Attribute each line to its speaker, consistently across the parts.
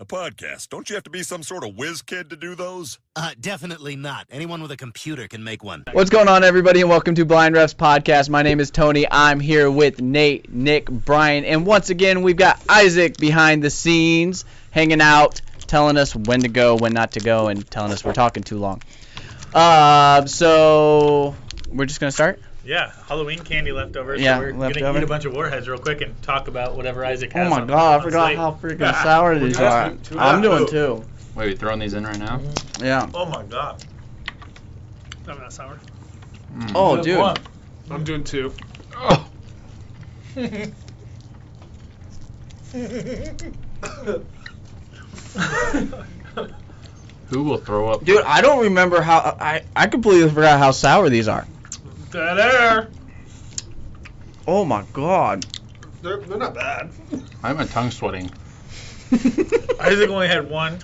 Speaker 1: podcast. Don't you have to be some sort of whiz kid to do those?
Speaker 2: Uh, definitely not. Anyone with a computer can make one.
Speaker 3: What's going on, everybody, and welcome to Blind Refs Podcast. My name is Tony. I'm here with Nate, Nick, Brian, and once again, we've got Isaac behind the scenes, hanging out, telling us when to go, when not to go, and telling us we're talking too long. Uh, so we're just gonna start.
Speaker 4: Yeah, Halloween candy leftover.
Speaker 3: Yeah,
Speaker 4: so we're
Speaker 3: leftover.
Speaker 4: gonna eat a bunch of warheads real quick and talk about whatever Isaac has.
Speaker 3: Oh my
Speaker 4: on-
Speaker 3: god, I
Speaker 4: on
Speaker 3: forgot
Speaker 4: slate.
Speaker 3: how freaking sour these are. I'm doing two.
Speaker 5: Wait, we throwing these in right now?
Speaker 3: Mm-hmm. Yeah.
Speaker 4: Oh my god. I'm not sour.
Speaker 5: Mm.
Speaker 3: Oh, dude.
Speaker 4: One.
Speaker 6: I'm doing two.
Speaker 5: Oh, who will throw up?
Speaker 3: Dude, I don't remember how I I completely forgot how sour these are.
Speaker 4: Da there.
Speaker 3: Oh my god.
Speaker 6: They're, they're not bad.
Speaker 5: I have my tongue sweating.
Speaker 4: Isaac only had one.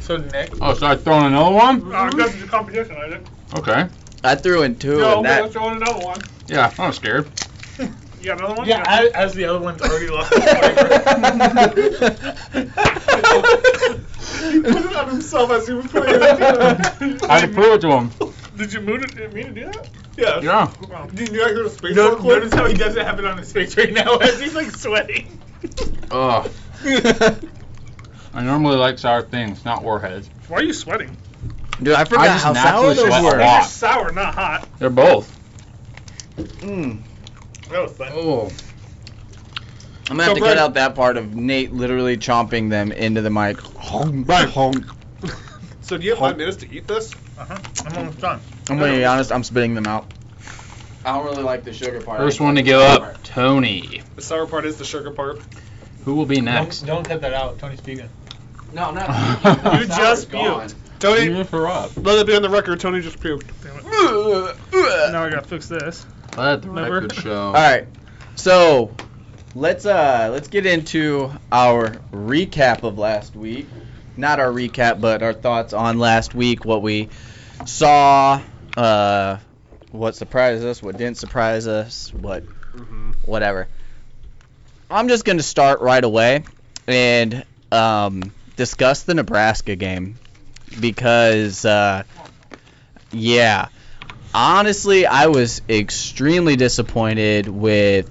Speaker 4: So Nick.
Speaker 5: Oh, so I throwing another one?
Speaker 6: Uh, I got the competition, Isaac.
Speaker 5: Okay.
Speaker 3: I threw in two, and
Speaker 6: No, okay,
Speaker 3: that
Speaker 6: let's throw in another one.
Speaker 5: Yeah, I'm scared.
Speaker 6: You got another one?
Speaker 4: Yeah, as, as the other one's already lost its flavor.
Speaker 6: he put it on himself as he was putting it in.
Speaker 5: I had to prove it to him.
Speaker 6: Did you move it, me to do that? Yeah.
Speaker 5: Yeah.
Speaker 6: Did you not hear the space
Speaker 4: No-
Speaker 6: fork clip?
Speaker 4: notice how he doesn't have it on his face right now as he's like sweating.
Speaker 5: Ugh. I normally like sour things, not warheads.
Speaker 6: Why are you sweating?
Speaker 3: dude, I
Speaker 5: I
Speaker 3: forgot
Speaker 5: just
Speaker 3: how sour
Speaker 5: naturally
Speaker 3: those
Speaker 5: sweat a
Speaker 3: were.
Speaker 5: lot.
Speaker 6: They're sour, not hot.
Speaker 5: They're both.
Speaker 3: Mm.
Speaker 6: That was fun.
Speaker 5: Oh.
Speaker 3: I'm gonna have
Speaker 6: So,
Speaker 3: to
Speaker 6: Brad-
Speaker 3: cut out that part of Nate literally chomping them into the mic.
Speaker 6: So do you have five minutes to eat this?
Speaker 4: Uh-huh. I'm almost done.
Speaker 3: I'm gonna be honest, I'm spitting them out. I don't really like the sugar part.
Speaker 5: First one to give up, Tony.
Speaker 6: The sour part is the sugar part.
Speaker 5: Who will be next?
Speaker 4: Don't, don't cut that out. Tony's vegan.
Speaker 3: No, no.
Speaker 5: You
Speaker 4: just puked.
Speaker 6: Tony,
Speaker 5: You throw up.
Speaker 6: let it be on the record. Tony just puked.
Speaker 4: Now I gotta fix this.
Speaker 5: Let the
Speaker 4: Remember?
Speaker 5: record show.
Speaker 3: All right, so let's uh let's get into our recap of last week. Not our recap, but our thoughts on last week, what we saw, uh, what surprised us, what didn't surprise us, what whatever. I'm just gonna start right away and um, discuss the Nebraska game because uh, yeah honestly, I was extremely disappointed with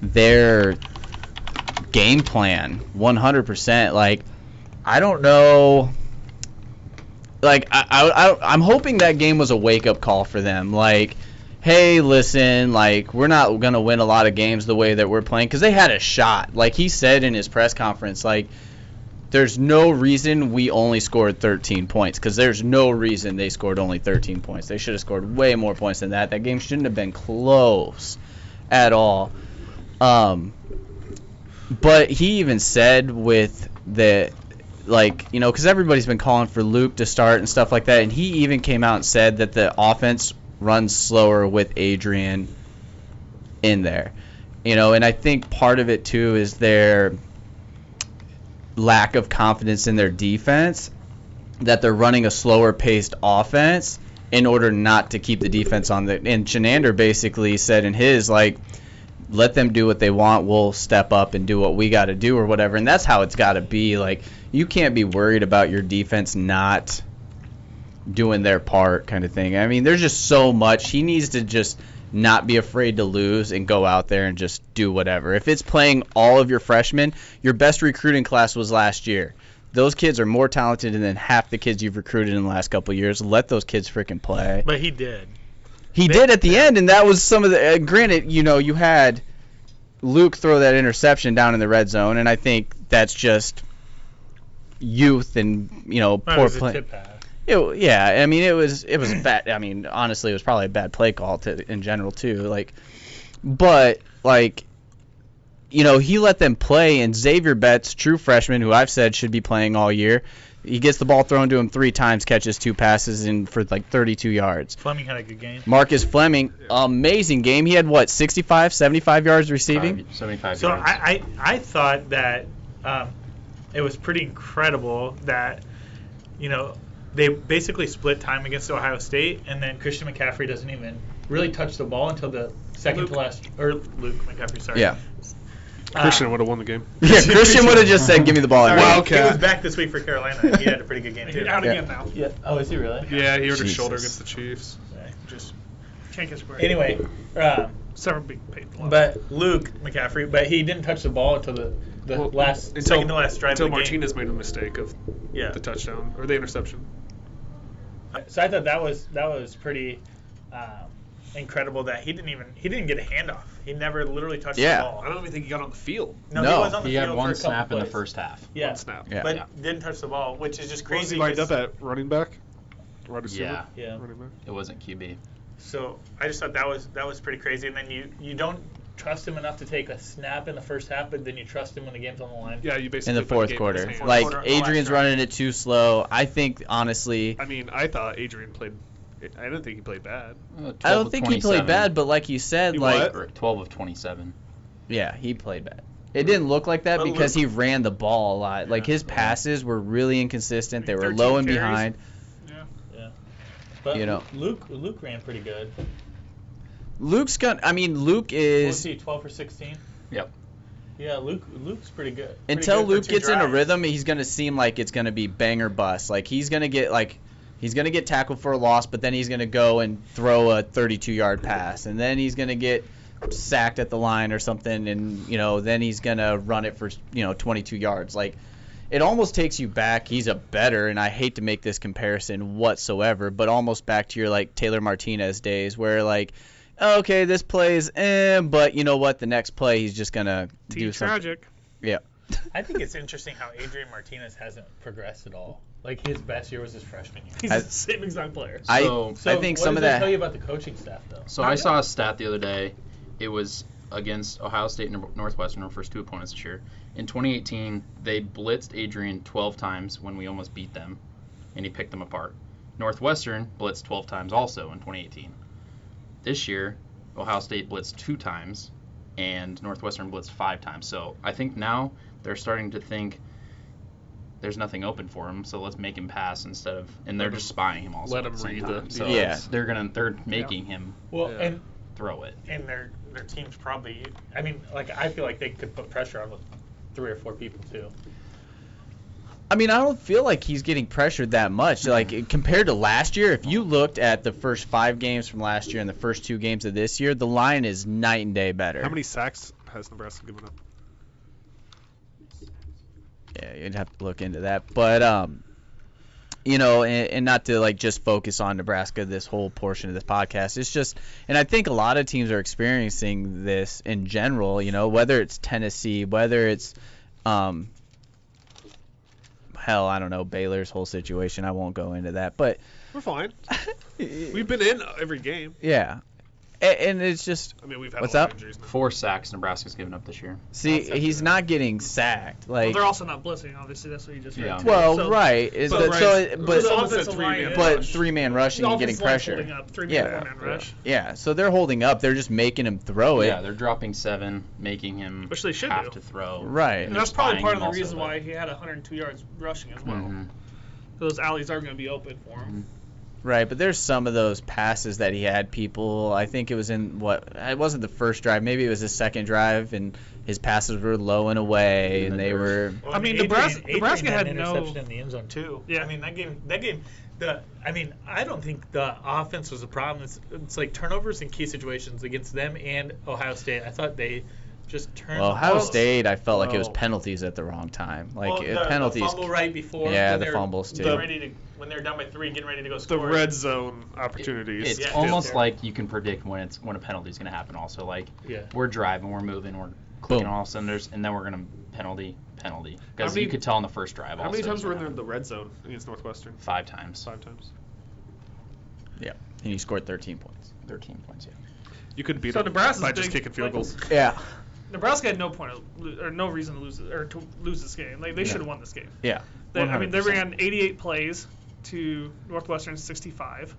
Speaker 3: their game plan 100%. Like, I don't know. Like, I, I, I, I'm hoping that game was a wake up call for them. Like, hey, listen, like, we're not going to win a lot of games the way that we're playing because they had a shot. Like, he said in his press conference, like, there's no reason we only scored 13 points because there's no reason they scored only 13 points. They should have scored way more points than that. That game shouldn't have been close at all. Um, but he even said with the like you know because everybody's been calling for Luke to start and stuff like that, and he even came out and said that the offense runs slower with Adrian in there. You know, and I think part of it too is their lack of confidence in their defense that they're running a slower paced offense in order not to keep the defense on the and Chenander basically said in his like let them do what they want we'll step up and do what we got to do or whatever and that's how it's got to be like you can't be worried about your defense not doing their part kind of thing i mean there's just so much he needs to just not be afraid to lose and go out there and just do whatever if it's playing all of your freshmen your best recruiting class was last year those kids are more talented than half the kids you've recruited in the last couple of years let those kids freaking play
Speaker 4: But he did.
Speaker 3: he did at the end, and that was some of the. Uh, granted, you know, you had Luke throw that interception down in the red zone, and I think that's just youth and you know
Speaker 4: That
Speaker 3: poor
Speaker 4: was a
Speaker 3: play.
Speaker 4: tip pass.
Speaker 3: It, yeah, I mean, it was it was a bad. I mean, honestly, it was probably a bad play call to, in general too. Like, but like, you know, he let them play, and Xavier Betts, true freshman, who I've said should be playing all year. He gets the ball thrown to him three times, catches two passes, and for like 32 yards.
Speaker 4: Fleming had a good game.
Speaker 3: Marcus Fleming, amazing game. He had what, 65, 75 yards receiving?
Speaker 5: Five- 75
Speaker 4: So
Speaker 5: yards.
Speaker 4: I, I, I thought that um, it was pretty incredible that, you know, they basically split time against Ohio State, and then Christian McCaffrey doesn't even really touch the ball until the second
Speaker 6: Luke.
Speaker 4: to last, or Luke McCaffrey, sorry.
Speaker 3: Yeah.
Speaker 6: Christian would have won the game.
Speaker 3: Yeah, Christian would have just said, "Give me the ball."
Speaker 4: Sorry,
Speaker 3: every
Speaker 6: Wow.
Speaker 3: week."
Speaker 4: He
Speaker 6: Wildcat.
Speaker 4: was back this week for Carolina. and He had a pretty good game too.
Speaker 7: Out
Speaker 3: Yeah.
Speaker 7: again now.
Speaker 4: Yeah. Oh, is he really?
Speaker 6: Yeah, he hurt his shoulder
Speaker 3: Jesus.
Speaker 6: against the Chiefs.
Speaker 7: Just can't get square.
Speaker 4: Anyway, um,
Speaker 7: seven big paid. a lot.
Speaker 4: but Luke McCaffrey, but he didn't touch the ball until the, the
Speaker 6: Well,
Speaker 4: last
Speaker 6: until,
Speaker 4: second to last drive.
Speaker 6: until
Speaker 4: of the game.
Speaker 6: Martinez made a mistake of
Speaker 4: Yeah.
Speaker 6: the touchdown or the interception.
Speaker 4: So I thought that was that was pretty um, incredible that he didn't even he didn't get a handoff. He never literally touched
Speaker 3: Yeah.
Speaker 4: the
Speaker 6: I
Speaker 4: ball.
Speaker 6: don't even think he got on the field.
Speaker 4: No,
Speaker 3: No.
Speaker 4: he was on the
Speaker 5: He
Speaker 4: field
Speaker 5: had
Speaker 4: for
Speaker 5: one
Speaker 4: a couple
Speaker 5: snap in the
Speaker 4: plays.
Speaker 5: first half.
Speaker 4: Yeah.
Speaker 6: One snap.
Speaker 3: Yeah.
Speaker 4: But didn't touch the ball, which is just
Speaker 6: Was
Speaker 4: crazy.
Speaker 6: he lined
Speaker 4: 'cause-
Speaker 6: up at running back? Right receiver?
Speaker 5: Yeah.
Speaker 4: Yeah.
Speaker 6: Running back?
Speaker 5: It wasn't Uh, QB.
Speaker 4: So I just thought that was that was pretty crazy. And then you you don't trust him enough to take a snap in the first half, but then you trust him when the game's on the line.
Speaker 6: Yeah, you basically
Speaker 3: in the
Speaker 6: put
Speaker 3: fourth
Speaker 6: game in
Speaker 3: quarter.
Speaker 6: his hands.
Speaker 3: Like
Speaker 4: quarter, the last
Speaker 3: Adrian's
Speaker 4: drive.
Speaker 3: running it too slow. I think honestly,
Speaker 6: I mean, I thought Adrian played. I didn't think he played bad.
Speaker 3: I don't think he played bad, but like you said,
Speaker 6: He
Speaker 3: like
Speaker 6: what?
Speaker 5: Twelve of twenty-seven.
Speaker 3: yeah, he played bad. It didn't look like that
Speaker 4: But
Speaker 3: because he ran the ball a lot. Like his passes were really inconsistent. They were
Speaker 6: 13
Speaker 3: low and
Speaker 6: carries.
Speaker 3: behind.
Speaker 4: But
Speaker 3: You know.
Speaker 4: Luke Luke ran pretty good.
Speaker 3: Luke's got. I mean, Luke
Speaker 4: We'll
Speaker 3: is
Speaker 4: see, 12 for 16.
Speaker 5: Yep.
Speaker 4: Yeah, Luke Luke's pretty good. Pretty
Speaker 3: until
Speaker 4: good for
Speaker 3: Luke
Speaker 4: two
Speaker 3: gets in a
Speaker 4: drives.
Speaker 3: rhythm, he's gonna seem like it's gonna be bang or bust. Like he's gonna get like he's gonna get tackled for a loss, but then he's gonna go and throw a 32 yard pass, and then he's gonna get sacked at the line or something, and you know then he's gonna run it for you know 22 yards. Like it almost takes you back. He's a better, and I hate to make this comparison whatsoever, but almost back to your like Taylor Martinez days where like. Okay, this plays, eh, but you know what? The next play, he's just gonna
Speaker 7: Team
Speaker 3: do something.
Speaker 7: tragic.
Speaker 4: I think it's interesting how Adrian Martinez hasn't progressed at all. Like his best year was his freshman year.
Speaker 7: He's
Speaker 3: I-
Speaker 7: the same exact player.
Speaker 3: I
Speaker 5: So-
Speaker 4: So
Speaker 3: I think
Speaker 4: what
Speaker 3: some
Speaker 4: does
Speaker 3: of
Speaker 4: that tell
Speaker 3: that.
Speaker 4: you about the coaching staff though.
Speaker 5: So I saw a stat the other day. It was against Ohio State and Northwestern, our first two opponents this year. In 2018, they blitzed Adrian 12 times when we almost beat them, and he picked them apart. Northwestern blitzed 12 times also in 2018. This year, Ohio State blitzed two times, and Northwestern blitzed five times. So I think now they're starting to think there's nothing open for him, so let's make him pass instead of, and they're just spying him also.
Speaker 6: let
Speaker 5: at
Speaker 6: him
Speaker 5: the same
Speaker 6: read the-
Speaker 5: time. So
Speaker 3: Yeah.
Speaker 5: they're gonna they're making him
Speaker 4: Well,
Speaker 6: Yeah.
Speaker 4: and
Speaker 5: throw it.
Speaker 4: and their their team's probably. I mean, like I feel like they could put pressure on with three or four people too.
Speaker 3: I mean, I don't feel like he's getting pressured that much. Like compared to last year, if you looked at the first five games from last year and the first two games of this year, the line is night and day better.
Speaker 6: How many sacks has Nebraska given up?
Speaker 3: Yeah, you'd have to look into that. But um, you know, and, and not to like just focus on Nebraska this whole portion of this podcast. It's just, and I think a lot of teams are experiencing this in general. You know, whether it's Tennessee, whether it's um, hell, I don't know Baylor's whole situation. I won't go into that, but
Speaker 6: We're fine. We've been in every game.
Speaker 3: yeah, and, and it's just
Speaker 6: I mean, we've had
Speaker 3: What's
Speaker 6: a lot
Speaker 3: up?
Speaker 6: of injuries now.
Speaker 5: Four sacks Nebraska's given up this year.
Speaker 3: see, he's not getting sacked.
Speaker 7: Well,
Speaker 3: Like,
Speaker 7: they're also not blitzing. Obviously, that's what you just read.
Speaker 5: Yeah.
Speaker 7: too.
Speaker 3: well,
Speaker 7: So-
Speaker 3: right? Is
Speaker 7: but
Speaker 3: that,
Speaker 7: right.
Speaker 3: so? it-
Speaker 7: But the
Speaker 3: But
Speaker 7: offensive
Speaker 6: But
Speaker 7: line is-
Speaker 3: but three man rushing
Speaker 7: the
Speaker 3: and getting
Speaker 7: offensive line's
Speaker 3: pressure.
Speaker 7: holding Up, three
Speaker 3: Yeah.
Speaker 7: man, four man rush.
Speaker 3: Yeah, so they're holding up. They're just making him throw it.
Speaker 5: yeah, they're dropping seven, making him
Speaker 7: Which they should
Speaker 5: have
Speaker 7: do.
Speaker 5: to throw.
Speaker 3: Right.
Speaker 7: And that's probably
Speaker 5: spying
Speaker 7: part of the
Speaker 5: him also,
Speaker 7: reason
Speaker 5: but-
Speaker 7: why he had 102 yards rushing as well.
Speaker 3: Mm-hmm.
Speaker 5: Mhm.
Speaker 7: Those alleys are going to be open for him.
Speaker 3: Right, but there's some of those passes that he had people. I think it was in what it wasn't the first drive, maybe it was the second drive, and his passes were low and away, and
Speaker 5: And then
Speaker 3: they
Speaker 5: there
Speaker 3: were.
Speaker 4: Well,
Speaker 7: I mean, Nebraska- Nebraska
Speaker 4: had,
Speaker 7: had
Speaker 4: an
Speaker 7: no-
Speaker 4: interception in the end zone too.
Speaker 7: Yeah.
Speaker 4: I mean that game. That game. The I mean I don't think the offense was a problem. It's, it's like turnovers in key situations against them and Ohio State. I thought they just turned.
Speaker 3: Well,
Speaker 4: the
Speaker 3: Ohio
Speaker 4: ball-
Speaker 3: State, I felt like it was
Speaker 6: Oh.
Speaker 3: penalties at the wrong time. Like
Speaker 4: Well,
Speaker 3: uh,
Speaker 4: the,
Speaker 3: penalties.
Speaker 4: The fumble right before.
Speaker 3: Yeah,
Speaker 4: when
Speaker 3: the
Speaker 4: they're-
Speaker 3: fumbles, too.
Speaker 4: they're ready to- when they're down by three, getting ready to go
Speaker 6: The
Speaker 4: score.
Speaker 6: red zone opportunities.
Speaker 5: It's
Speaker 4: Yeah.
Speaker 5: almost
Speaker 4: Yeah.
Speaker 5: like you can predict when it's when a penalty's going to happen. Also, like
Speaker 4: Yeah.
Speaker 5: we're driving, we're moving, we're clicking
Speaker 3: Boom.
Speaker 5: on all cylinders, and then we're going to penalty, penalty. Because
Speaker 6: How many-
Speaker 5: you could tell on the first drive.
Speaker 6: How many
Speaker 5: also
Speaker 6: times
Speaker 5: when
Speaker 6: were in
Speaker 5: that
Speaker 6: there in the red zone against Northwestern?
Speaker 5: happened. Five times.
Speaker 6: Five times.
Speaker 3: yeah, and he scored 13 points.
Speaker 5: Thirteen points. Yeah.
Speaker 6: You could beat
Speaker 7: So
Speaker 6: them
Speaker 7: Nebraska's
Speaker 6: by just
Speaker 7: big-
Speaker 6: kicking field
Speaker 7: like-
Speaker 6: goals.
Speaker 3: Yeah,
Speaker 7: Nebraska had no point of, lo- or no reason to lose it- or to lose this game. Like they should have won this game.
Speaker 3: yeah.
Speaker 7: They, I mean, they
Speaker 3: 100%.
Speaker 7: ran 88 plays to Northwestern's 65.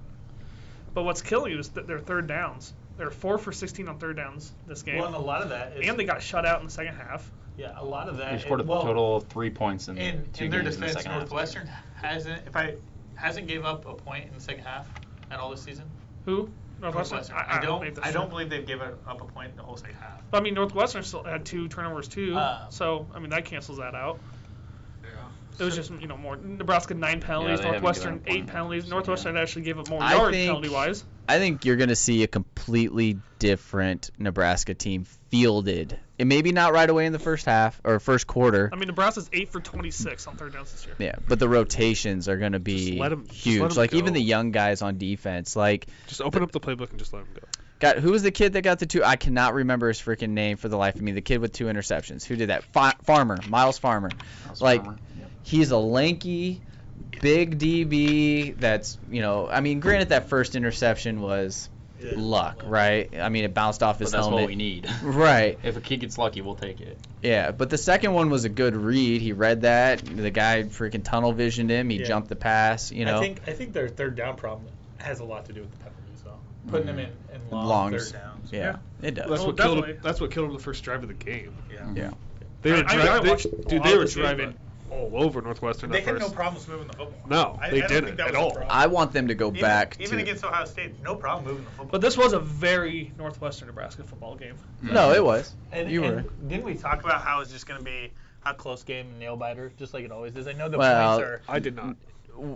Speaker 7: But what's killing you is that their third downs. They're four for 16 on third downs this game,
Speaker 4: Well, and a lot of that is.
Speaker 7: and they got shut out in the second half.
Speaker 4: yeah, a lot of that.
Speaker 5: They scored a
Speaker 4: Uh, well,
Speaker 5: total of three points in,
Speaker 4: In,
Speaker 5: two
Speaker 4: in their
Speaker 5: games in the
Speaker 4: defense,
Speaker 5: second half.
Speaker 4: Northwestern hasn't if I hasn't gave up a point in the second half at all this season.
Speaker 7: Who? Northwestern.
Speaker 4: Northwestern.
Speaker 7: I, I don't.
Speaker 4: don't.
Speaker 7: believe that's
Speaker 4: I don't
Speaker 7: true.
Speaker 4: believe they've given up a point in the whole second half.
Speaker 7: But, I mean, Northwestern still had two turnovers too.
Speaker 4: Uh,
Speaker 7: so I mean, that cancels that out.
Speaker 4: Yeah.
Speaker 7: It was just you know more Nebraska nine penalties,
Speaker 5: they haven't given
Speaker 7: Northwestern
Speaker 5: up one.
Speaker 7: eight penalties. Northwestern actually gave up more
Speaker 3: I
Speaker 7: yards
Speaker 3: think-
Speaker 7: penalty wise.
Speaker 3: I think you're going to see a completely different Nebraska team fielded. And maybe not right away in the first half or first quarter.
Speaker 6: Um,
Speaker 7: I mean, Nebraska's eight for 26 on third downs this year.
Speaker 3: Yeah, but the rotations are going to
Speaker 6: Just
Speaker 3: be
Speaker 6: let 'em- just let
Speaker 3: huge.
Speaker 6: 'em
Speaker 3: like
Speaker 6: go.
Speaker 3: even the young guys on defense, like
Speaker 6: Just open up the playbook and just let him go.
Speaker 3: got who was the kid that got the two? I cannot remember his freaking name for the life of me. The kid with two interceptions. Who did that? Fa- Farmer, Miles Farmer.
Speaker 5: Miles
Speaker 3: Like-
Speaker 5: Farmer. Yep.
Speaker 3: He's a lanky, big DB. That's you know, I mean, granted that first interception was luck, right? I mean, it bounced off
Speaker 5: But
Speaker 3: his
Speaker 5: that's what
Speaker 3: helmet.
Speaker 5: we need.
Speaker 3: Right.
Speaker 5: if a kid gets lucky, we'll take it.
Speaker 3: Yeah, but the second one was a good read. He read that. The guy freaking tunnel visioned him. He
Speaker 4: Yeah.
Speaker 3: jumped the pass. You know,
Speaker 4: I think I think their third down problem has a lot to do with the penalties, though. Putting them in, in long
Speaker 3: Mm. Longs.
Speaker 4: third downs.
Speaker 3: yeah, it does.
Speaker 6: That's
Speaker 7: Oh,
Speaker 6: what killed him.
Speaker 7: definitely.
Speaker 6: That's what killed him the first drive of the game.
Speaker 4: Yeah.
Speaker 3: Yeah.
Speaker 6: They were
Speaker 7: I- I mean, I
Speaker 6: driving.
Speaker 7: watched a
Speaker 6: dude,
Speaker 7: lot
Speaker 6: they
Speaker 7: of
Speaker 6: were
Speaker 7: this game,
Speaker 6: driving all over Northwestern
Speaker 4: They
Speaker 6: at
Speaker 4: had no
Speaker 6: first.
Speaker 4: problems moving the football.
Speaker 6: No,
Speaker 4: I-
Speaker 6: they
Speaker 4: I don't
Speaker 6: didn't
Speaker 4: think that
Speaker 6: at
Speaker 4: was a
Speaker 6: all.
Speaker 4: problem.
Speaker 3: I want them to go
Speaker 4: even,
Speaker 3: back
Speaker 4: even
Speaker 3: to.
Speaker 4: against Ohio State, no problem moving the football.
Speaker 7: But this was a very Northwestern Nebraska football game.
Speaker 3: Mm. no, it was.
Speaker 4: And,
Speaker 3: you were.
Speaker 4: and Didn't we talk about how it's just going to be a close game, nail biter, just like it always is? I know the
Speaker 3: Well,
Speaker 4: points are.
Speaker 6: I did not.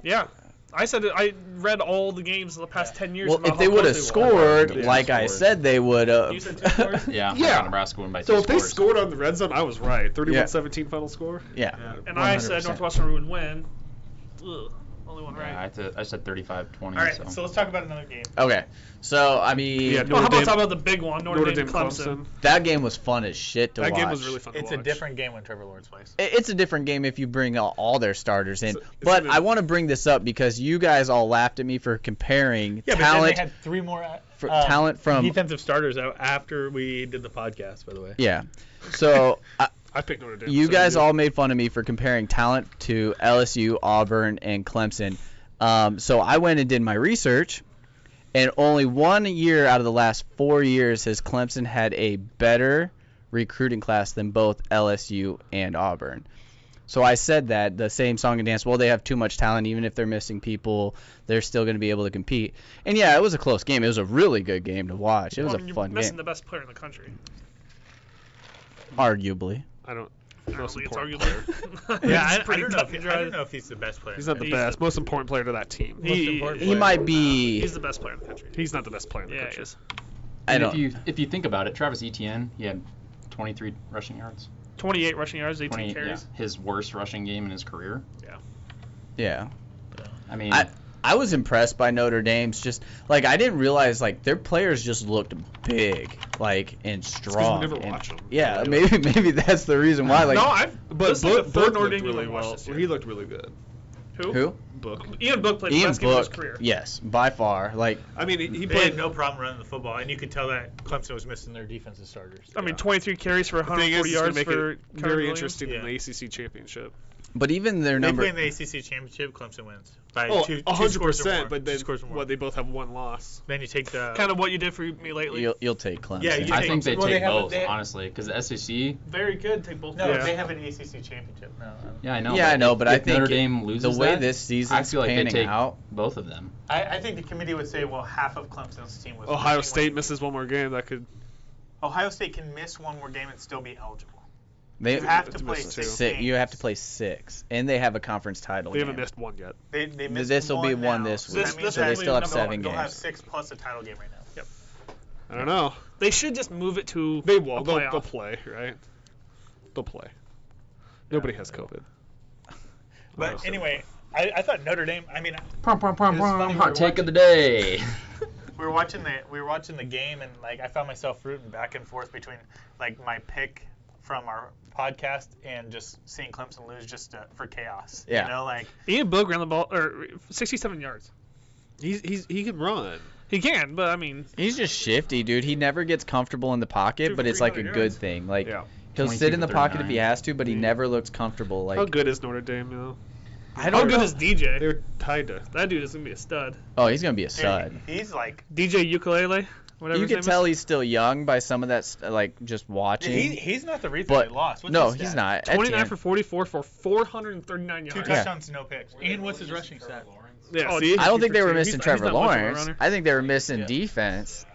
Speaker 7: Yeah. I said it, I read all the games of the past 10 years.
Speaker 3: Well,
Speaker 7: about
Speaker 3: if
Speaker 7: how
Speaker 3: they would have
Speaker 7: close they were.
Speaker 3: scored,
Speaker 6: Yeah.
Speaker 3: like I
Speaker 5: Scored.
Speaker 3: said, they would have.
Speaker 7: You said two scores?
Speaker 5: Yeah.
Speaker 6: Yeah.
Speaker 5: fucking Nebraska won by
Speaker 6: So
Speaker 5: two
Speaker 6: if they
Speaker 5: scores.
Speaker 6: scored on the red zone, I was right. 31-17 final score.
Speaker 3: yeah.
Speaker 7: And I said
Speaker 3: 100%.
Speaker 7: Northwestern would win. Ugh, only one
Speaker 5: Yeah, I,
Speaker 7: right.
Speaker 5: had to- I said 35-20.
Speaker 4: All right,
Speaker 5: so.
Speaker 4: so let's talk about another game.
Speaker 3: Okay. So I mean,
Speaker 6: Yeah,
Speaker 7: well, how
Speaker 6: Notre
Speaker 7: about
Speaker 6: Dame-
Speaker 7: talk about the big one, Notre, Dame, Clemson?
Speaker 3: that game was fun as shit to
Speaker 6: That
Speaker 3: watch.
Speaker 6: game was really fun. to
Speaker 4: It's a
Speaker 6: watch.
Speaker 4: different game when Trevor Lawrence plays.
Speaker 3: It- It's a different game if you bring all, all their starters in.
Speaker 6: So- isn't
Speaker 3: but
Speaker 6: it-
Speaker 3: I want to bring this up because you guys all laughed at me for comparing
Speaker 4: Yeah, but then
Speaker 3: talent
Speaker 4: they had three more uh,
Speaker 3: fr-
Speaker 4: um,
Speaker 3: talent from
Speaker 4: defensive starters out after we did the podcast. By the way,
Speaker 3: yeah. So I,
Speaker 6: I picked Notre Dame.
Speaker 3: you
Speaker 6: so
Speaker 3: guys
Speaker 6: did.
Speaker 3: all made fun of me for comparing talent to LSU, Auburn, and Clemson. Um, so I went and did my research, and only one year out of the last four years has Clemson had a better recruiting class than both LSU and Auburn. So I said that the same song and dance. Well, they have too much talent. Even if they're missing people, they're still going to be able to compete. And yeah, it was a close game. It was a really good game to watch. It was
Speaker 7: Well, I
Speaker 3: a
Speaker 7: mean,
Speaker 3: fun
Speaker 7: You're missing
Speaker 3: game,
Speaker 7: the best player in the country.
Speaker 3: arguably.
Speaker 6: I don't.
Speaker 7: I don't
Speaker 6: Most
Speaker 7: think it's
Speaker 6: important player.
Speaker 7: arguably.
Speaker 4: yeah,
Speaker 7: It's
Speaker 4: I, I,
Speaker 7: pretty
Speaker 4: don't know
Speaker 7: tough
Speaker 4: if, I
Speaker 7: to
Speaker 4: don't
Speaker 7: drive.
Speaker 4: know if he's the best player.
Speaker 6: He's not the
Speaker 7: He's
Speaker 6: best. Most important player to that team.
Speaker 7: Most
Speaker 6: He-
Speaker 4: important
Speaker 3: He
Speaker 4: player.
Speaker 3: might be.
Speaker 7: He's the best player in the country.
Speaker 6: He's not the best player in the
Speaker 7: Yeah, he
Speaker 6: country.
Speaker 7: is.
Speaker 3: I
Speaker 5: And
Speaker 3: don't.
Speaker 5: if you if you think about it, Travis Etienne, he had 23 rushing yards,
Speaker 7: 28 rushing yards, 18
Speaker 5: 20 yeah,
Speaker 7: carries.
Speaker 5: his worst rushing game in his career.
Speaker 3: yeah.
Speaker 5: I mean,
Speaker 3: I I was impressed by Notre Dame's just like I didn't realize like their players just looked big like and strong.
Speaker 6: never
Speaker 3: and-
Speaker 6: watch 'em.
Speaker 3: Yeah, maybe maybe that's the reason why. Like
Speaker 7: no, I've.
Speaker 6: But
Speaker 7: this is the
Speaker 6: Book,
Speaker 7: third
Speaker 6: Book
Speaker 7: Notre
Speaker 6: looked
Speaker 7: Dame game
Speaker 6: really
Speaker 7: I've watched
Speaker 6: well.
Speaker 7: this year.
Speaker 6: He looked really good.
Speaker 7: Who?
Speaker 3: who?
Speaker 6: Book.
Speaker 7: Ian Book played the
Speaker 3: Ian
Speaker 7: best game of his
Speaker 3: Book.
Speaker 7: career.
Speaker 3: Yes, by far. Like
Speaker 6: I mean, he, he
Speaker 4: They
Speaker 6: played.
Speaker 4: had no problem running the football, and you could tell that Clemson was missing their defensive starters.
Speaker 7: I mean, 23 carries for
Speaker 6: the thing
Speaker 7: 140
Speaker 6: is, it's gonna
Speaker 7: yards
Speaker 6: make
Speaker 7: for
Speaker 6: it
Speaker 7: Kyron
Speaker 6: very
Speaker 7: Williams.
Speaker 6: interesting in
Speaker 4: Yeah.
Speaker 6: the ACC championship.
Speaker 3: but even their
Speaker 4: they
Speaker 3: number
Speaker 4: play in the ACC championship. Clemson wins by
Speaker 6: Oh,
Speaker 4: two- two scores or
Speaker 6: 100%.
Speaker 4: more.
Speaker 6: but then,
Speaker 4: two scores or more.
Speaker 6: what, they both have one loss.
Speaker 4: then you take the
Speaker 7: Kind of what you did for me lately.
Speaker 3: you'll, you'll take Clemson.
Speaker 4: Yeah, you
Speaker 5: I think they
Speaker 4: Well, they
Speaker 5: take
Speaker 4: have a-
Speaker 5: both,
Speaker 4: they-
Speaker 5: honestly, because the E SEC.
Speaker 7: Very good. Take both.
Speaker 4: No,
Speaker 6: Yeah.
Speaker 4: they have an ACC championship. No,
Speaker 5: Yeah, I know.
Speaker 3: Yeah, I know,
Speaker 5: if-
Speaker 3: but I
Speaker 5: if Notre
Speaker 3: think
Speaker 5: Dame loses
Speaker 3: the way
Speaker 5: that,
Speaker 3: this
Speaker 5: I
Speaker 3: season's
Speaker 5: feel like
Speaker 3: panning
Speaker 5: they take
Speaker 3: out.
Speaker 5: both of them.
Speaker 4: I, I think the committee would say, well, half of Clemson's team was.
Speaker 6: Ohio
Speaker 4: missing
Speaker 6: State
Speaker 4: one-
Speaker 6: misses one more game. That could.
Speaker 4: Ohio State can miss one more game and still be eligible.
Speaker 3: They
Speaker 4: You have to
Speaker 6: It's
Speaker 4: play
Speaker 6: missing
Speaker 4: six.
Speaker 6: two.
Speaker 3: six,
Speaker 4: games.
Speaker 3: you have to play six, and they have a conference title.
Speaker 6: They haven't
Speaker 3: game.
Speaker 6: missed one yet.
Speaker 4: They, they missed
Speaker 3: This will be
Speaker 4: one
Speaker 3: one
Speaker 4: now,
Speaker 3: this
Speaker 4: that
Speaker 7: week,
Speaker 4: means
Speaker 7: so they
Speaker 4: that
Speaker 7: still have
Speaker 4: they'll-
Speaker 3: seven
Speaker 4: They'll have
Speaker 3: games.
Speaker 4: six plus a title game right now. Yep.
Speaker 6: I don't know.
Speaker 7: They should just move it to
Speaker 6: They will.
Speaker 7: a
Speaker 6: They'll,
Speaker 7: playoff.
Speaker 6: they'll play, right? They'll play. Nobody has COVID.
Speaker 4: But anyway, I, I thought Notre Dame. I mean,
Speaker 5: Prom, prom, prom,
Speaker 4: It's funny, we were
Speaker 5: Hot take of the day.
Speaker 4: we were watching the we were watching the game, and like I found myself rooting back and forth between like my pick from our podcast and just seeing Clemson lose just to, for chaos.
Speaker 3: Yeah.
Speaker 4: You know, like
Speaker 7: Ian Book ran the ball or 67 yards.
Speaker 6: He's, he's he can run.
Speaker 7: He can, but I mean,
Speaker 3: He's just shifty, dude. He never gets comfortable in the
Speaker 7: Two
Speaker 3: pocket, but it's like a
Speaker 7: 300
Speaker 3: good
Speaker 7: yards.
Speaker 3: thing. Like
Speaker 6: Yeah.
Speaker 3: he'll
Speaker 5: 22
Speaker 3: sit
Speaker 5: to
Speaker 3: in the pocket if he
Speaker 5: 39.
Speaker 3: has to, but he never looks comfortable. Like
Speaker 6: How good is Notre Dame though?
Speaker 3: I
Speaker 7: how
Speaker 3: don't
Speaker 7: good
Speaker 3: know.
Speaker 7: is DJ?
Speaker 6: They're tied to.
Speaker 7: That dude is gonna be a stud.
Speaker 3: Oh, he's gonna be a
Speaker 4: dude,
Speaker 3: stud.
Speaker 4: he's like
Speaker 7: DJ Ukulele, whatever.
Speaker 3: You
Speaker 7: his
Speaker 3: can
Speaker 7: name
Speaker 3: tell
Speaker 7: Is.
Speaker 3: he's still young by some of that, st- like just watching.
Speaker 4: he, he's not the reason
Speaker 3: but
Speaker 4: they lost. What's
Speaker 3: no,
Speaker 4: his
Speaker 3: he's
Speaker 4: stat?
Speaker 3: not.
Speaker 7: 29
Speaker 3: Etienne-
Speaker 7: for 44 for 439 yards.
Speaker 4: Two touchdowns, no picks. And what's his rushing stat?
Speaker 6: Yeah,
Speaker 7: Oh,
Speaker 6: see?
Speaker 7: I
Speaker 3: I don't
Speaker 7: He's
Speaker 3: think they were
Speaker 7: pretty- he's-
Speaker 3: missing
Speaker 7: he's
Speaker 3: Trevor
Speaker 7: not much of a
Speaker 3: Lawrence.
Speaker 7: runner.
Speaker 3: I think they were missing
Speaker 6: Yeah.
Speaker 3: defense.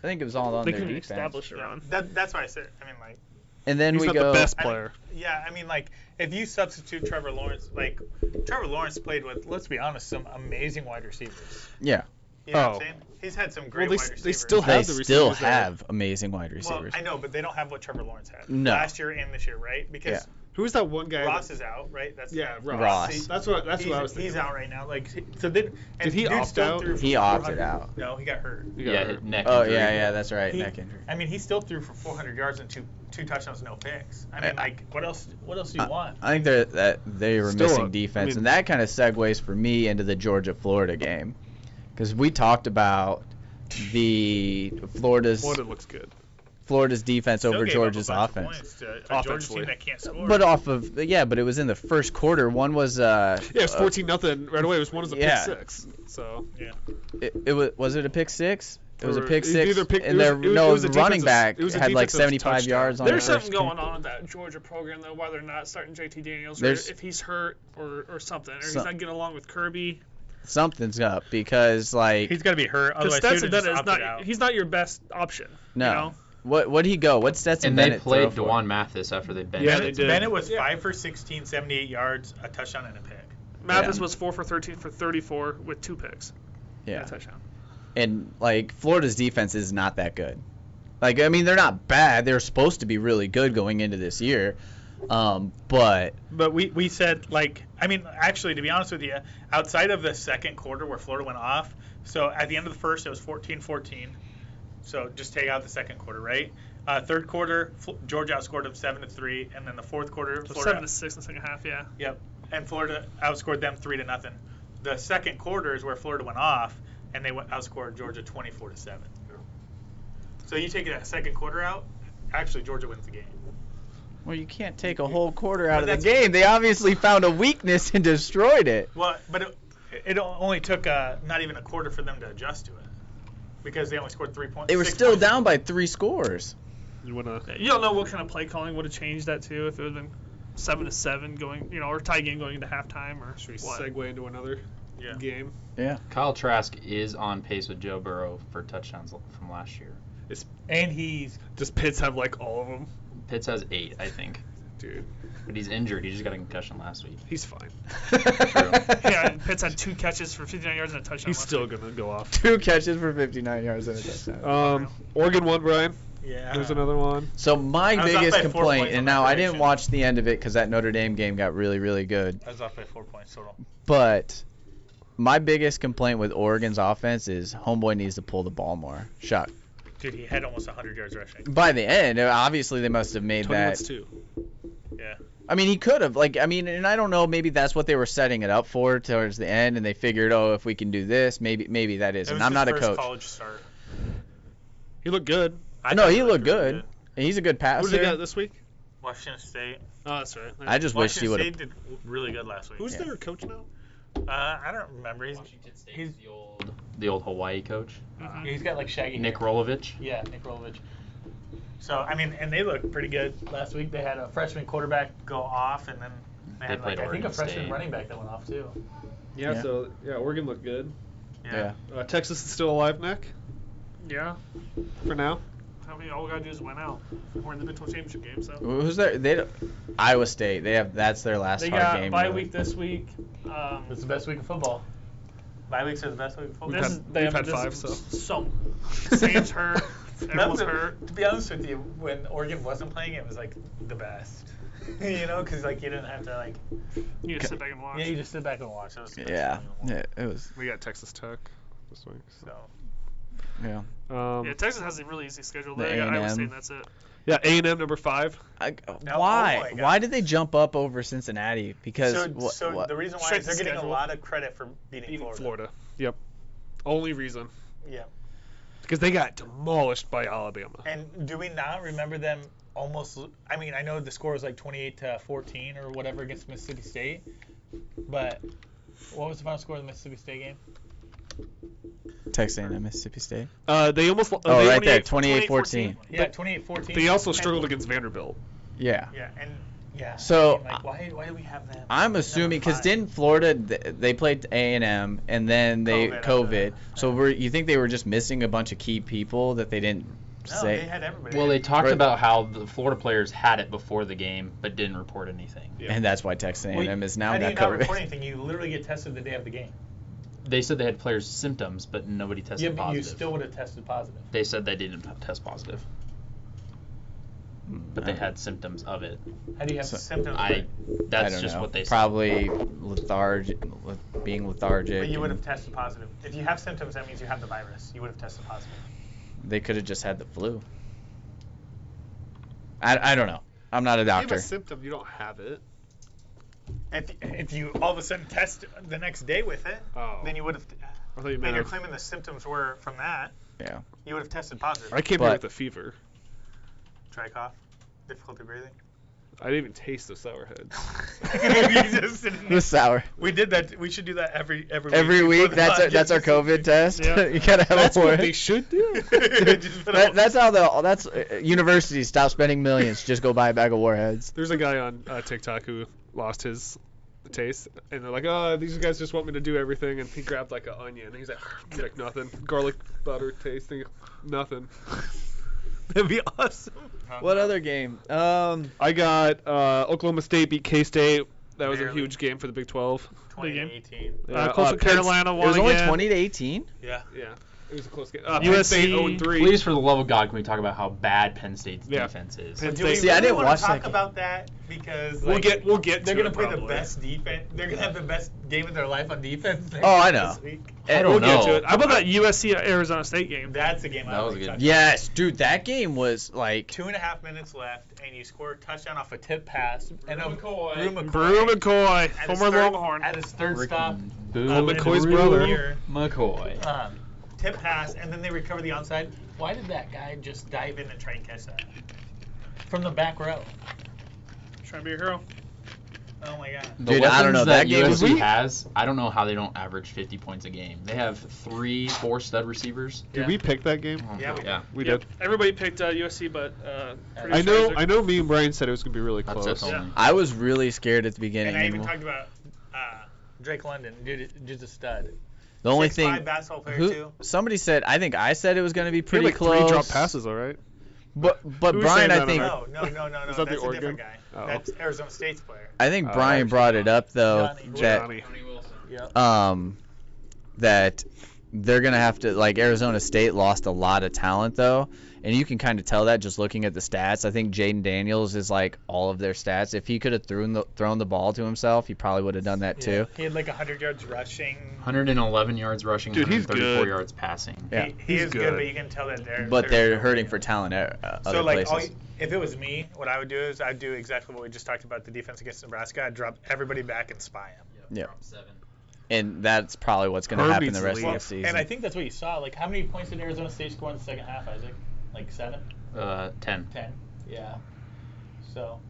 Speaker 3: I think it was all on
Speaker 7: They
Speaker 3: their
Speaker 7: couldn't
Speaker 3: defense.
Speaker 7: establish a run.
Speaker 4: That, that's what I said. I mean, like,
Speaker 3: And then
Speaker 6: He's
Speaker 3: we
Speaker 6: not
Speaker 3: go.
Speaker 6: the best
Speaker 4: I don't-
Speaker 6: player.
Speaker 4: yeah, I mean, like, if you substitute Trevor Lawrence, like, Trevor Lawrence played with, let's be honest, some amazing wide receivers.
Speaker 3: Yeah,
Speaker 4: You know what
Speaker 6: Oh.
Speaker 4: I'm saying? He's had some great
Speaker 6: Well, they
Speaker 4: wide
Speaker 6: s-
Speaker 4: receivers.
Speaker 6: they still
Speaker 3: they
Speaker 6: Have the
Speaker 3: still
Speaker 6: receivers that are-
Speaker 3: have amazing wide
Speaker 4: Well,
Speaker 3: receivers.
Speaker 4: I know, but they don't have what Trevor Lawrence had
Speaker 3: No.
Speaker 4: last year and this year, right? Because
Speaker 6: Who is that one guy?
Speaker 4: Ross
Speaker 6: that-
Speaker 4: is out, right? That's
Speaker 6: yeah, Ross.
Speaker 3: Ross.
Speaker 6: See, That's what. That's
Speaker 4: he's,
Speaker 6: what I was thinking.
Speaker 4: he's out right now. Like, so then, and
Speaker 6: Did he
Speaker 4: dude
Speaker 6: opt
Speaker 4: still
Speaker 6: out?
Speaker 4: threw for
Speaker 3: He
Speaker 4: 400
Speaker 3: opted out.
Speaker 4: No, he got hurt.
Speaker 6: You got
Speaker 5: Yeah,
Speaker 6: her.
Speaker 5: hit neck.
Speaker 3: oh
Speaker 5: injury.
Speaker 3: yeah, yeah, that's right.
Speaker 4: He-
Speaker 3: Neck injury.
Speaker 4: I mean, he still threw for 400 yards and two two touchdowns, no picks. I mean,
Speaker 3: I-
Speaker 4: like, what else? What else do you want?
Speaker 3: I think they're, that they were
Speaker 6: Still,
Speaker 3: missing
Speaker 6: uh,
Speaker 3: defense,
Speaker 6: I mean-
Speaker 3: and that kind of segues for me into the Georgia Florida game, because we talked about the Florida's
Speaker 6: Florida looks good.
Speaker 3: Florida's defense
Speaker 4: Still
Speaker 3: over
Speaker 4: gave up a
Speaker 3: Georgia's
Speaker 4: bunch of
Speaker 3: offense.
Speaker 4: points to a Georgia
Speaker 6: Offensively.
Speaker 4: team that can't score.
Speaker 3: But off of yeah, but it was in the first quarter. One was uh
Speaker 6: Yeah, it was
Speaker 3: uh,
Speaker 6: 14 nothing right away. It was one as a
Speaker 3: yeah.
Speaker 6: pick six. So
Speaker 3: it, it was was it a pick six? It was a
Speaker 6: Or-
Speaker 3: pick
Speaker 6: it was
Speaker 3: six,
Speaker 6: either pick-
Speaker 3: and
Speaker 6: it was-
Speaker 3: their
Speaker 6: it was-
Speaker 3: no
Speaker 6: it was a
Speaker 3: running
Speaker 6: defensive-
Speaker 3: back
Speaker 6: it was a
Speaker 3: had like
Speaker 6: defensive
Speaker 3: 75
Speaker 6: touchdown.
Speaker 3: yards on
Speaker 7: There's
Speaker 3: the first
Speaker 7: something going on with that Georgia program though, why they're not starting JT Daniels, or
Speaker 3: There's-
Speaker 7: if he's hurt or, or something, or he's
Speaker 3: Some-
Speaker 7: not getting along with Kirby.
Speaker 3: Something's up because like
Speaker 4: he's gonna be hurt.
Speaker 6: Oh,
Speaker 4: Otherwise,
Speaker 7: Because
Speaker 4: he would
Speaker 7: Stetson
Speaker 4: have
Speaker 7: Bennett is
Speaker 4: just
Speaker 7: not
Speaker 4: opted out.
Speaker 7: he's not your best option.
Speaker 3: no.
Speaker 7: You know?
Speaker 3: What what would he go? What Stetson
Speaker 5: And they
Speaker 3: Bennett
Speaker 5: played
Speaker 3: throw for?
Speaker 5: Dewan Mathis after they benched
Speaker 6: Yeah,
Speaker 5: him.
Speaker 6: they did.
Speaker 4: Bennett was five for 16, 78 yards, a touchdown and a pick.
Speaker 7: Mathis
Speaker 3: Yeah.
Speaker 7: was four for thirteen for thirty four with two picks.
Speaker 3: Yeah.
Speaker 7: And a touchdown.
Speaker 3: and like Florida's defense is not that good. Like I mean, they're not bad. They're supposed to be really good going into this year, um, but
Speaker 4: But we, we said like I mean actually to be honest with you outside of the second quarter where Florida went off so at the end of the first it was 14-14 so just take out the second quarter right uh, third quarter Fl- Georgia outscored them seven to three and then the fourth quarter
Speaker 7: So
Speaker 4: Florida
Speaker 7: seven to six in the second half, yeah.
Speaker 4: yep and Florida outscored them three to nothing the second quarter is where Florida went off and they went outscored Georgia 24 to seven so you take that second quarter out actually Georgia wins the game
Speaker 3: well, you can't take a whole quarter out
Speaker 4: But
Speaker 3: of the
Speaker 4: that's-
Speaker 3: game. They obviously found a weakness and destroyed it.
Speaker 4: Well, but it, it only took uh, not even a quarter for them to adjust to it because they only scored three points.
Speaker 3: They were
Speaker 4: six
Speaker 3: still
Speaker 4: points.
Speaker 3: down by three scores.
Speaker 6: you wanna?
Speaker 7: You don't know what kind of play calling would have changed that too if it would have been seven to seven going, you know, or tie game going into halftime or
Speaker 6: Should we
Speaker 7: what.
Speaker 6: segue into another
Speaker 4: Yeah.
Speaker 6: game?
Speaker 5: Kyle Trask is on pace with Joe Burrow for touchdowns l- from last year.
Speaker 4: And he's
Speaker 6: Does Pitts have like all of them?
Speaker 5: Pitts has eight, I think,
Speaker 6: Dude,
Speaker 5: but he's injured. He just got a concussion last week.
Speaker 6: he's fine.
Speaker 7: yeah, and Pitts had two catches for 59 yards and a touchdown.
Speaker 6: He's
Speaker 7: last
Speaker 6: still
Speaker 7: week.
Speaker 6: gonna go off.
Speaker 3: Two catches for 59 yards and a touchdown.
Speaker 6: Um, Oregon won, Brian.
Speaker 4: yeah.
Speaker 6: There's another one.
Speaker 3: So my
Speaker 4: I was up
Speaker 3: biggest
Speaker 4: by four
Speaker 3: complaint,
Speaker 4: points on
Speaker 3: and
Speaker 4: my
Speaker 3: now I didn't
Speaker 4: prediction.
Speaker 3: watch the end of it because that Notre Dame game got really, really good.
Speaker 4: I was off by four points total.
Speaker 3: But my biggest complaint with Oregon's offense is homeboy needs to pull the ball more. Shot.
Speaker 4: Dude, he had almost 100 yards rushing.
Speaker 3: By the end, obviously they must have made
Speaker 6: Tony
Speaker 3: that.
Speaker 6: wants two.
Speaker 4: Yeah.
Speaker 3: I mean, he could have. Like, I mean, and I don't know. Maybe that's what they were setting it up for towards the end, and they figured, oh, if we can do this, maybe, maybe that is.
Speaker 4: It was
Speaker 3: And I'm
Speaker 4: his
Speaker 3: not a
Speaker 4: first
Speaker 3: coach.
Speaker 4: college start.
Speaker 6: He looked good.
Speaker 4: I
Speaker 3: No,
Speaker 4: thought
Speaker 3: he
Speaker 4: looked
Speaker 3: looked
Speaker 4: really
Speaker 3: good. And He's a good
Speaker 6: Who did they got
Speaker 3: passer.
Speaker 6: this week?
Speaker 4: Washington State.
Speaker 6: Oh, that's right.
Speaker 3: I just wish he
Speaker 4: Washington
Speaker 3: would
Speaker 4: State
Speaker 3: have.
Speaker 4: did really good last week.
Speaker 6: Who's
Speaker 3: Yeah.
Speaker 6: their coach now?
Speaker 4: Uh, I don't remember. He's
Speaker 5: State
Speaker 4: he's-
Speaker 5: the old the old Hawaii coach,
Speaker 4: he's got like shaggy
Speaker 5: Mm-hmm. Nick Rolovich.
Speaker 4: Yeah, Nick Rolovich. So I mean, and they looked pretty good last week. They had a freshman quarterback go off, and then they,
Speaker 5: They
Speaker 4: had like
Speaker 5: played
Speaker 4: I think a
Speaker 5: Oregon
Speaker 4: freshman
Speaker 5: State.
Speaker 4: running back that went off too.
Speaker 6: Yeah,
Speaker 3: Yeah.
Speaker 6: So yeah, Oregon looked good.
Speaker 3: Yeah.
Speaker 6: Uh, Texas is still alive, Nick.
Speaker 7: Yeah.
Speaker 6: For now.
Speaker 7: I mean, all we gotta do is win out. We're in the Big 12 championship game, so.
Speaker 3: Who's their? They don't- Iowa State. They have. That's their last
Speaker 7: They
Speaker 3: hard
Speaker 7: got
Speaker 3: game.
Speaker 7: bye
Speaker 3: really.
Speaker 7: week this week. Um,
Speaker 4: It's the best week of football. My weeks are the best week of football.
Speaker 7: this is, they
Speaker 6: we've had
Speaker 7: have, this
Speaker 6: five,
Speaker 7: is
Speaker 6: so.
Speaker 7: So Sam's hurt. Everyone's hurt.
Speaker 4: To be honest with you, when Oregon wasn't playing, it was like the best. you know, because like you didn't have to like
Speaker 7: You just sit back and watch.
Speaker 4: yeah, you just sit back and watch. It was the best
Speaker 3: Yeah.
Speaker 4: thing in the
Speaker 3: yeah.
Speaker 4: world.
Speaker 3: It was.
Speaker 6: We got Texas Tech this week.
Speaker 4: So
Speaker 3: Yeah.
Speaker 6: So. Um,
Speaker 7: Yeah, Texas has a really easy schedule.
Speaker 3: The
Speaker 7: They got Iowa
Speaker 3: A&M.
Speaker 7: State, and that's it.
Speaker 6: yeah, A and M number five.
Speaker 3: I,
Speaker 4: Now-
Speaker 3: why?
Speaker 4: oh my
Speaker 3: why
Speaker 4: God.
Speaker 3: did they jump up over Cincinnati? Because
Speaker 4: so,
Speaker 3: wha-
Speaker 4: so
Speaker 3: wha-
Speaker 4: the reason why
Speaker 7: Straight
Speaker 4: is they're getting a
Speaker 7: schedule.
Speaker 4: lot of credit for beating,
Speaker 7: Beating
Speaker 4: Florida.
Speaker 6: Florida. Yep. Only reason
Speaker 4: Yeah.
Speaker 6: because they got demolished by Alabama.
Speaker 4: And do we not remember them almost? I mean, I know the score was like 28 to 14 or whatever against Mississippi State, but what was the final score of the Mississippi State game?
Speaker 3: Texas A&M, Mississippi State.
Speaker 6: Uh, they almost. lo-
Speaker 3: Oh,
Speaker 6: they
Speaker 3: right there,
Speaker 6: 28
Speaker 3: 28-14.
Speaker 4: Yeah, 28 14.
Speaker 6: They also struggled against Vanderbilt.
Speaker 3: Yeah.
Speaker 4: Yeah, and Yeah.
Speaker 3: So,
Speaker 4: I mean, like, why why do we have them?
Speaker 3: I'm
Speaker 4: Number
Speaker 3: assuming because
Speaker 4: five.
Speaker 3: didn't Florida th- they played A and M and then they
Speaker 4: COVID,
Speaker 3: COVID.
Speaker 4: uh,
Speaker 3: so were you think they were just missing a bunch of key people that they didn't
Speaker 4: no,
Speaker 3: say?
Speaker 4: they had everybody.
Speaker 5: Well, they talked
Speaker 3: Right.
Speaker 5: about how the Florida players had it before the game but didn't report anything.
Speaker 3: And that's why Texas A
Speaker 4: Well,
Speaker 3: and M is now
Speaker 4: how do
Speaker 3: got
Speaker 4: you not report
Speaker 3: COVID.
Speaker 4: anything? You literally get tested the day of the game.
Speaker 5: They said they had players' symptoms, but nobody tested
Speaker 4: Yeah, but
Speaker 5: positive.
Speaker 4: you still would have tested positive.
Speaker 5: They said they didn't test positive, but
Speaker 3: Hmm.
Speaker 5: they had symptoms of it.
Speaker 4: How do you have
Speaker 3: So-
Speaker 4: symptoms?
Speaker 5: I.
Speaker 3: I
Speaker 5: That's
Speaker 3: don't
Speaker 5: just
Speaker 3: know.
Speaker 5: what they said.
Speaker 3: Probably lethargic, leth- being lethargic.
Speaker 4: But you would
Speaker 3: and
Speaker 4: have tested positive. If you have symptoms, that means you have the virus. You would have tested positive.
Speaker 3: they could have just had the flu. I, I don't know. I'm not a
Speaker 6: You have
Speaker 3: doctor.
Speaker 6: a symptom, you don't have it.
Speaker 4: If, if you all of a sudden test the next day with it,
Speaker 6: Oh.
Speaker 4: then you would have.
Speaker 6: I thought you
Speaker 4: But
Speaker 6: meant.
Speaker 4: you're claiming the symptoms were from that.
Speaker 3: Yeah.
Speaker 4: You would have tested positive.
Speaker 6: I came
Speaker 3: But-
Speaker 6: here with a fever.
Speaker 4: Dry cough, difficulty breathing.
Speaker 6: I didn't even taste the sour head.
Speaker 4: You just didn't-
Speaker 3: The sour.
Speaker 4: we did that. We should do that every every week.
Speaker 3: Every
Speaker 4: before
Speaker 3: week,
Speaker 4: the
Speaker 3: that's our,
Speaker 4: podcast.
Speaker 3: that's our COVID test.
Speaker 7: Yeah.
Speaker 3: you gotta have
Speaker 6: That's
Speaker 3: a
Speaker 6: what
Speaker 3: warning.
Speaker 6: they should do.
Speaker 4: Just put
Speaker 3: That,
Speaker 4: a-
Speaker 3: that's how the that's uh, universities stop spending millions. Just go buy a bag of warheads.
Speaker 6: There's a guy on uh, TikTok who lost his taste, and they're like, "Oh, these guys just want me to do everything." And he grabbed like an onion, and he's like, he's like nothing, garlic butter tasting, nothing.
Speaker 4: That'd be awesome.
Speaker 6: Uh-huh.
Speaker 3: What other game? Um,
Speaker 6: I got uh, Oklahoma State beat K State. That was a
Speaker 4: Barely.
Speaker 6: huge game for the Big 12.
Speaker 4: 2018.
Speaker 7: Uh, Coastal
Speaker 6: Penn-
Speaker 7: Carolina
Speaker 3: it
Speaker 7: won
Speaker 3: was only
Speaker 7: again.
Speaker 3: twenty to eighteen.
Speaker 4: Yeah.
Speaker 6: Yeah, it was a close game. Uh, Penn
Speaker 7: USC
Speaker 6: State 0 3.
Speaker 5: Please, for the love of God, can we talk about how bad Penn State's
Speaker 6: Yeah.
Speaker 5: defense is?
Speaker 6: Penn-
Speaker 4: Do we
Speaker 6: See,
Speaker 3: I
Speaker 4: really
Speaker 3: didn't
Speaker 4: wanna
Speaker 3: watch that
Speaker 4: talk
Speaker 3: game.
Speaker 4: about that because like,
Speaker 6: We'll get we'll get.
Speaker 4: They're
Speaker 6: to
Speaker 4: gonna
Speaker 6: it
Speaker 4: play the
Speaker 6: probably.
Speaker 4: best defense. They're gonna have the best game of their life on defense. next-
Speaker 3: Oh, I know.
Speaker 4: This week.
Speaker 5: I don't
Speaker 6: Uh, we'll get to
Speaker 5: know.
Speaker 6: it.
Speaker 7: How about that USC
Speaker 6: uh,
Speaker 7: Arizona State game?
Speaker 4: That's a game.
Speaker 5: That
Speaker 4: I
Speaker 5: was
Speaker 4: would
Speaker 5: a good-
Speaker 4: touch.
Speaker 3: Yes, dude, that game was like
Speaker 4: Two and a half minutes left, and you score a touchdown off a tip pass and a
Speaker 6: McCoy.
Speaker 4: Brew McCoy.
Speaker 7: Brew McCoy,
Speaker 4: at his
Speaker 7: former
Speaker 4: third-
Speaker 7: Longhorn.
Speaker 4: At his third stop. Um,
Speaker 5: Boo
Speaker 4: Uh,
Speaker 6: Oh, McCoy's brother.
Speaker 4: Here,
Speaker 5: McCoy.
Speaker 4: um, tip pass, and then they recover the onside. Why did that guy just dive in and try and catch that? From the back row.
Speaker 7: Trying to be a hero.
Speaker 4: Oh my god.
Speaker 5: The
Speaker 3: Dude, I don't
Speaker 5: weapons
Speaker 3: know, that game was
Speaker 5: USC
Speaker 3: weak.
Speaker 5: has. I don't know how they don't average 50 points a game. They have three, four stud receivers.
Speaker 6: Did
Speaker 4: Yeah.
Speaker 6: we pick that game?
Speaker 4: Yeah, we-
Speaker 6: We
Speaker 7: Yep.
Speaker 6: did.
Speaker 7: Everybody picked uh, USC, but uh,
Speaker 6: I know.
Speaker 7: producer
Speaker 6: I know. Me and Brian said it was gonna be really
Speaker 5: That's
Speaker 6: close.
Speaker 5: that's
Speaker 7: Yeah.
Speaker 5: only.
Speaker 3: I was really scared at the beginning.
Speaker 4: And I even
Speaker 3: Animal.
Speaker 4: talked about uh, Drake London. Dude, dude's a stud.
Speaker 3: the only
Speaker 4: 6'5"
Speaker 3: thing
Speaker 4: basketball player
Speaker 3: who,
Speaker 4: too.
Speaker 3: somebody said, I think I said it was going to be
Speaker 6: He had,
Speaker 3: pretty
Speaker 6: like
Speaker 3: close.
Speaker 6: Three drop passes, all right.
Speaker 3: But but
Speaker 6: Who was
Speaker 3: Brian,
Speaker 6: saying
Speaker 3: I
Speaker 6: that
Speaker 3: think
Speaker 6: on
Speaker 4: No, no, no, no, no.
Speaker 6: Is that the
Speaker 4: That's a different
Speaker 6: Oregon?
Speaker 4: guy.
Speaker 6: Oh.
Speaker 4: That's Arizona State's player.
Speaker 3: I think
Speaker 6: Uh,
Speaker 3: Brian brought it up though
Speaker 4: Johnny.
Speaker 3: that
Speaker 6: Johnny.
Speaker 3: um that they're gonna have to like Arizona State lost a lot of talent though, and you can kind of tell that just looking at the stats. I think Jaden Daniels is like all of their stats. If he could have thrown the thrown the ball to himself, he probably would have done that too.
Speaker 4: He had like 100 yards rushing.
Speaker 5: 111 yards rushing,
Speaker 6: Dude, he's
Speaker 5: 134
Speaker 6: good.
Speaker 5: yards passing.
Speaker 3: Yeah.
Speaker 4: He, he
Speaker 6: He's
Speaker 4: is good.
Speaker 6: good.
Speaker 4: but you can tell that they're.
Speaker 3: But they're hurting for talent at uh, other
Speaker 4: So like, all
Speaker 3: places.
Speaker 4: you, if it was me, what I would do is I'd do exactly what we just talked about the defense against Nebraska. I'd drop everybody back and spy him.
Speaker 3: Yeah.
Speaker 5: Drop seven.
Speaker 3: and that's probably what's going to
Speaker 6: Herb
Speaker 3: happen
Speaker 6: needs
Speaker 3: the
Speaker 6: to
Speaker 3: rest of
Speaker 6: leave.
Speaker 3: the season.
Speaker 4: And I think that's what you saw. Like, how many points did Arizona State score in the second half, Isaac? Like seven,
Speaker 5: Uh, 10.
Speaker 4: ten. Yeah. So,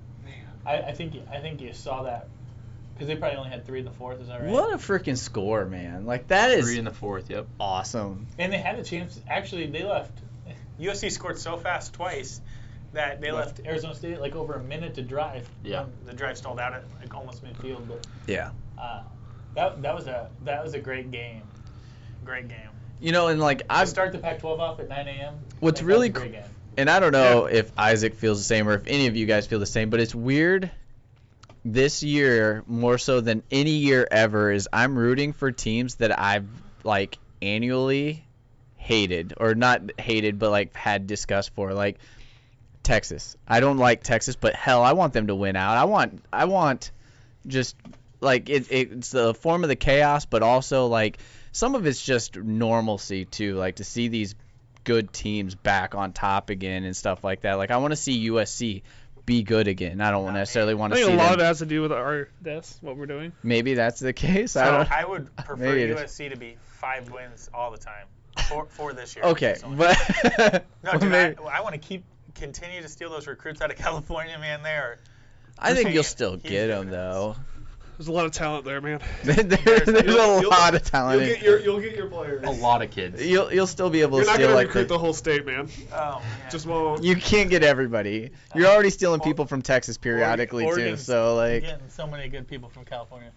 Speaker 4: I, I think I think you saw that because they probably only had three in the fourth. Is that right?
Speaker 3: what a freaking score, man! Like that
Speaker 5: Three
Speaker 3: is
Speaker 5: in the fourth, yep.
Speaker 3: awesome.
Speaker 4: And they had a chance. Actually, they left. USC scored so fast twice that they left Arizona State like over a minute to drive.
Speaker 5: Yeah.
Speaker 4: Um, The drive stalled out at like almost midfield, but
Speaker 3: Yeah.
Speaker 4: uh, that that was a that was a great game. Great game.
Speaker 3: You know, and like
Speaker 4: I
Speaker 3: I've
Speaker 4: start the Pac-12 off at 9 a.m.
Speaker 3: What's
Speaker 4: I think that was
Speaker 3: really
Speaker 4: a great
Speaker 3: cr-
Speaker 4: game.
Speaker 3: and I don't know if Isaac feels the same or if any of you guys feel the same, but it's weird this year more so than any year ever is I'm rooting for teams that I've like annually hated or not hated but like had disgust for like Texas. I don't like Texas, but hell, I want them to win out. I want I want just like it, it's the form of the chaos, but also like some of it's just normalcy too. Like to see these good teams back on top again and stuff like that. Like I want to see USC be good again. I don't necessarily want
Speaker 7: I
Speaker 3: to see
Speaker 7: think a lot
Speaker 3: them.
Speaker 7: of it has to do with our this, what we're doing.
Speaker 3: Maybe that's the case. I
Speaker 4: So
Speaker 3: don't.
Speaker 4: I would prefer
Speaker 3: Maybe it is.
Speaker 4: USC to be five wins all the time for, for this year.
Speaker 3: Okay,
Speaker 4: personally.
Speaker 3: but
Speaker 4: no, dude,
Speaker 3: maybe-
Speaker 4: I, I want to keep continue to steal those recruits out of California, man. They are
Speaker 3: I think
Speaker 4: saying
Speaker 3: you'll still
Speaker 4: huge
Speaker 3: get them
Speaker 4: dividends.
Speaker 3: though.
Speaker 6: There's a lot of talent there, man.
Speaker 3: There- there's
Speaker 6: You'll-
Speaker 3: a
Speaker 6: you'll-
Speaker 3: lot of talent.
Speaker 6: You'll
Speaker 3: in-
Speaker 6: get your you'll get your players.
Speaker 5: A lot of kids.
Speaker 3: You'll you'll still be able
Speaker 6: You're
Speaker 3: to
Speaker 6: not
Speaker 3: steal
Speaker 6: gonna
Speaker 3: like
Speaker 6: recruit
Speaker 3: the,
Speaker 6: the whole state, man.
Speaker 4: Oh, man.
Speaker 6: Just won't.
Speaker 3: you can't get everybody. You're already stealing people from Texas periodically too.
Speaker 4: Oregon's-
Speaker 3: So like
Speaker 4: getting so many good people from California.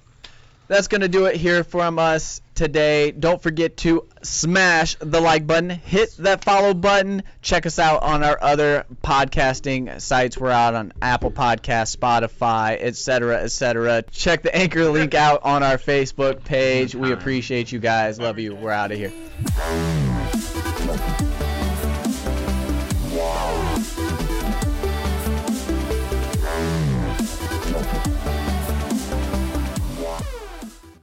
Speaker 3: that's gonna do it here from us today. Don't forget to smash the like button, hit that follow button, check us out on our other podcasting sites. We're out on Apple Podcasts, Spotify, etc., etc. Check the anchor link out on our Facebook page. We appreciate you guys. Love you. We're out of here.
Speaker 8: Thank you.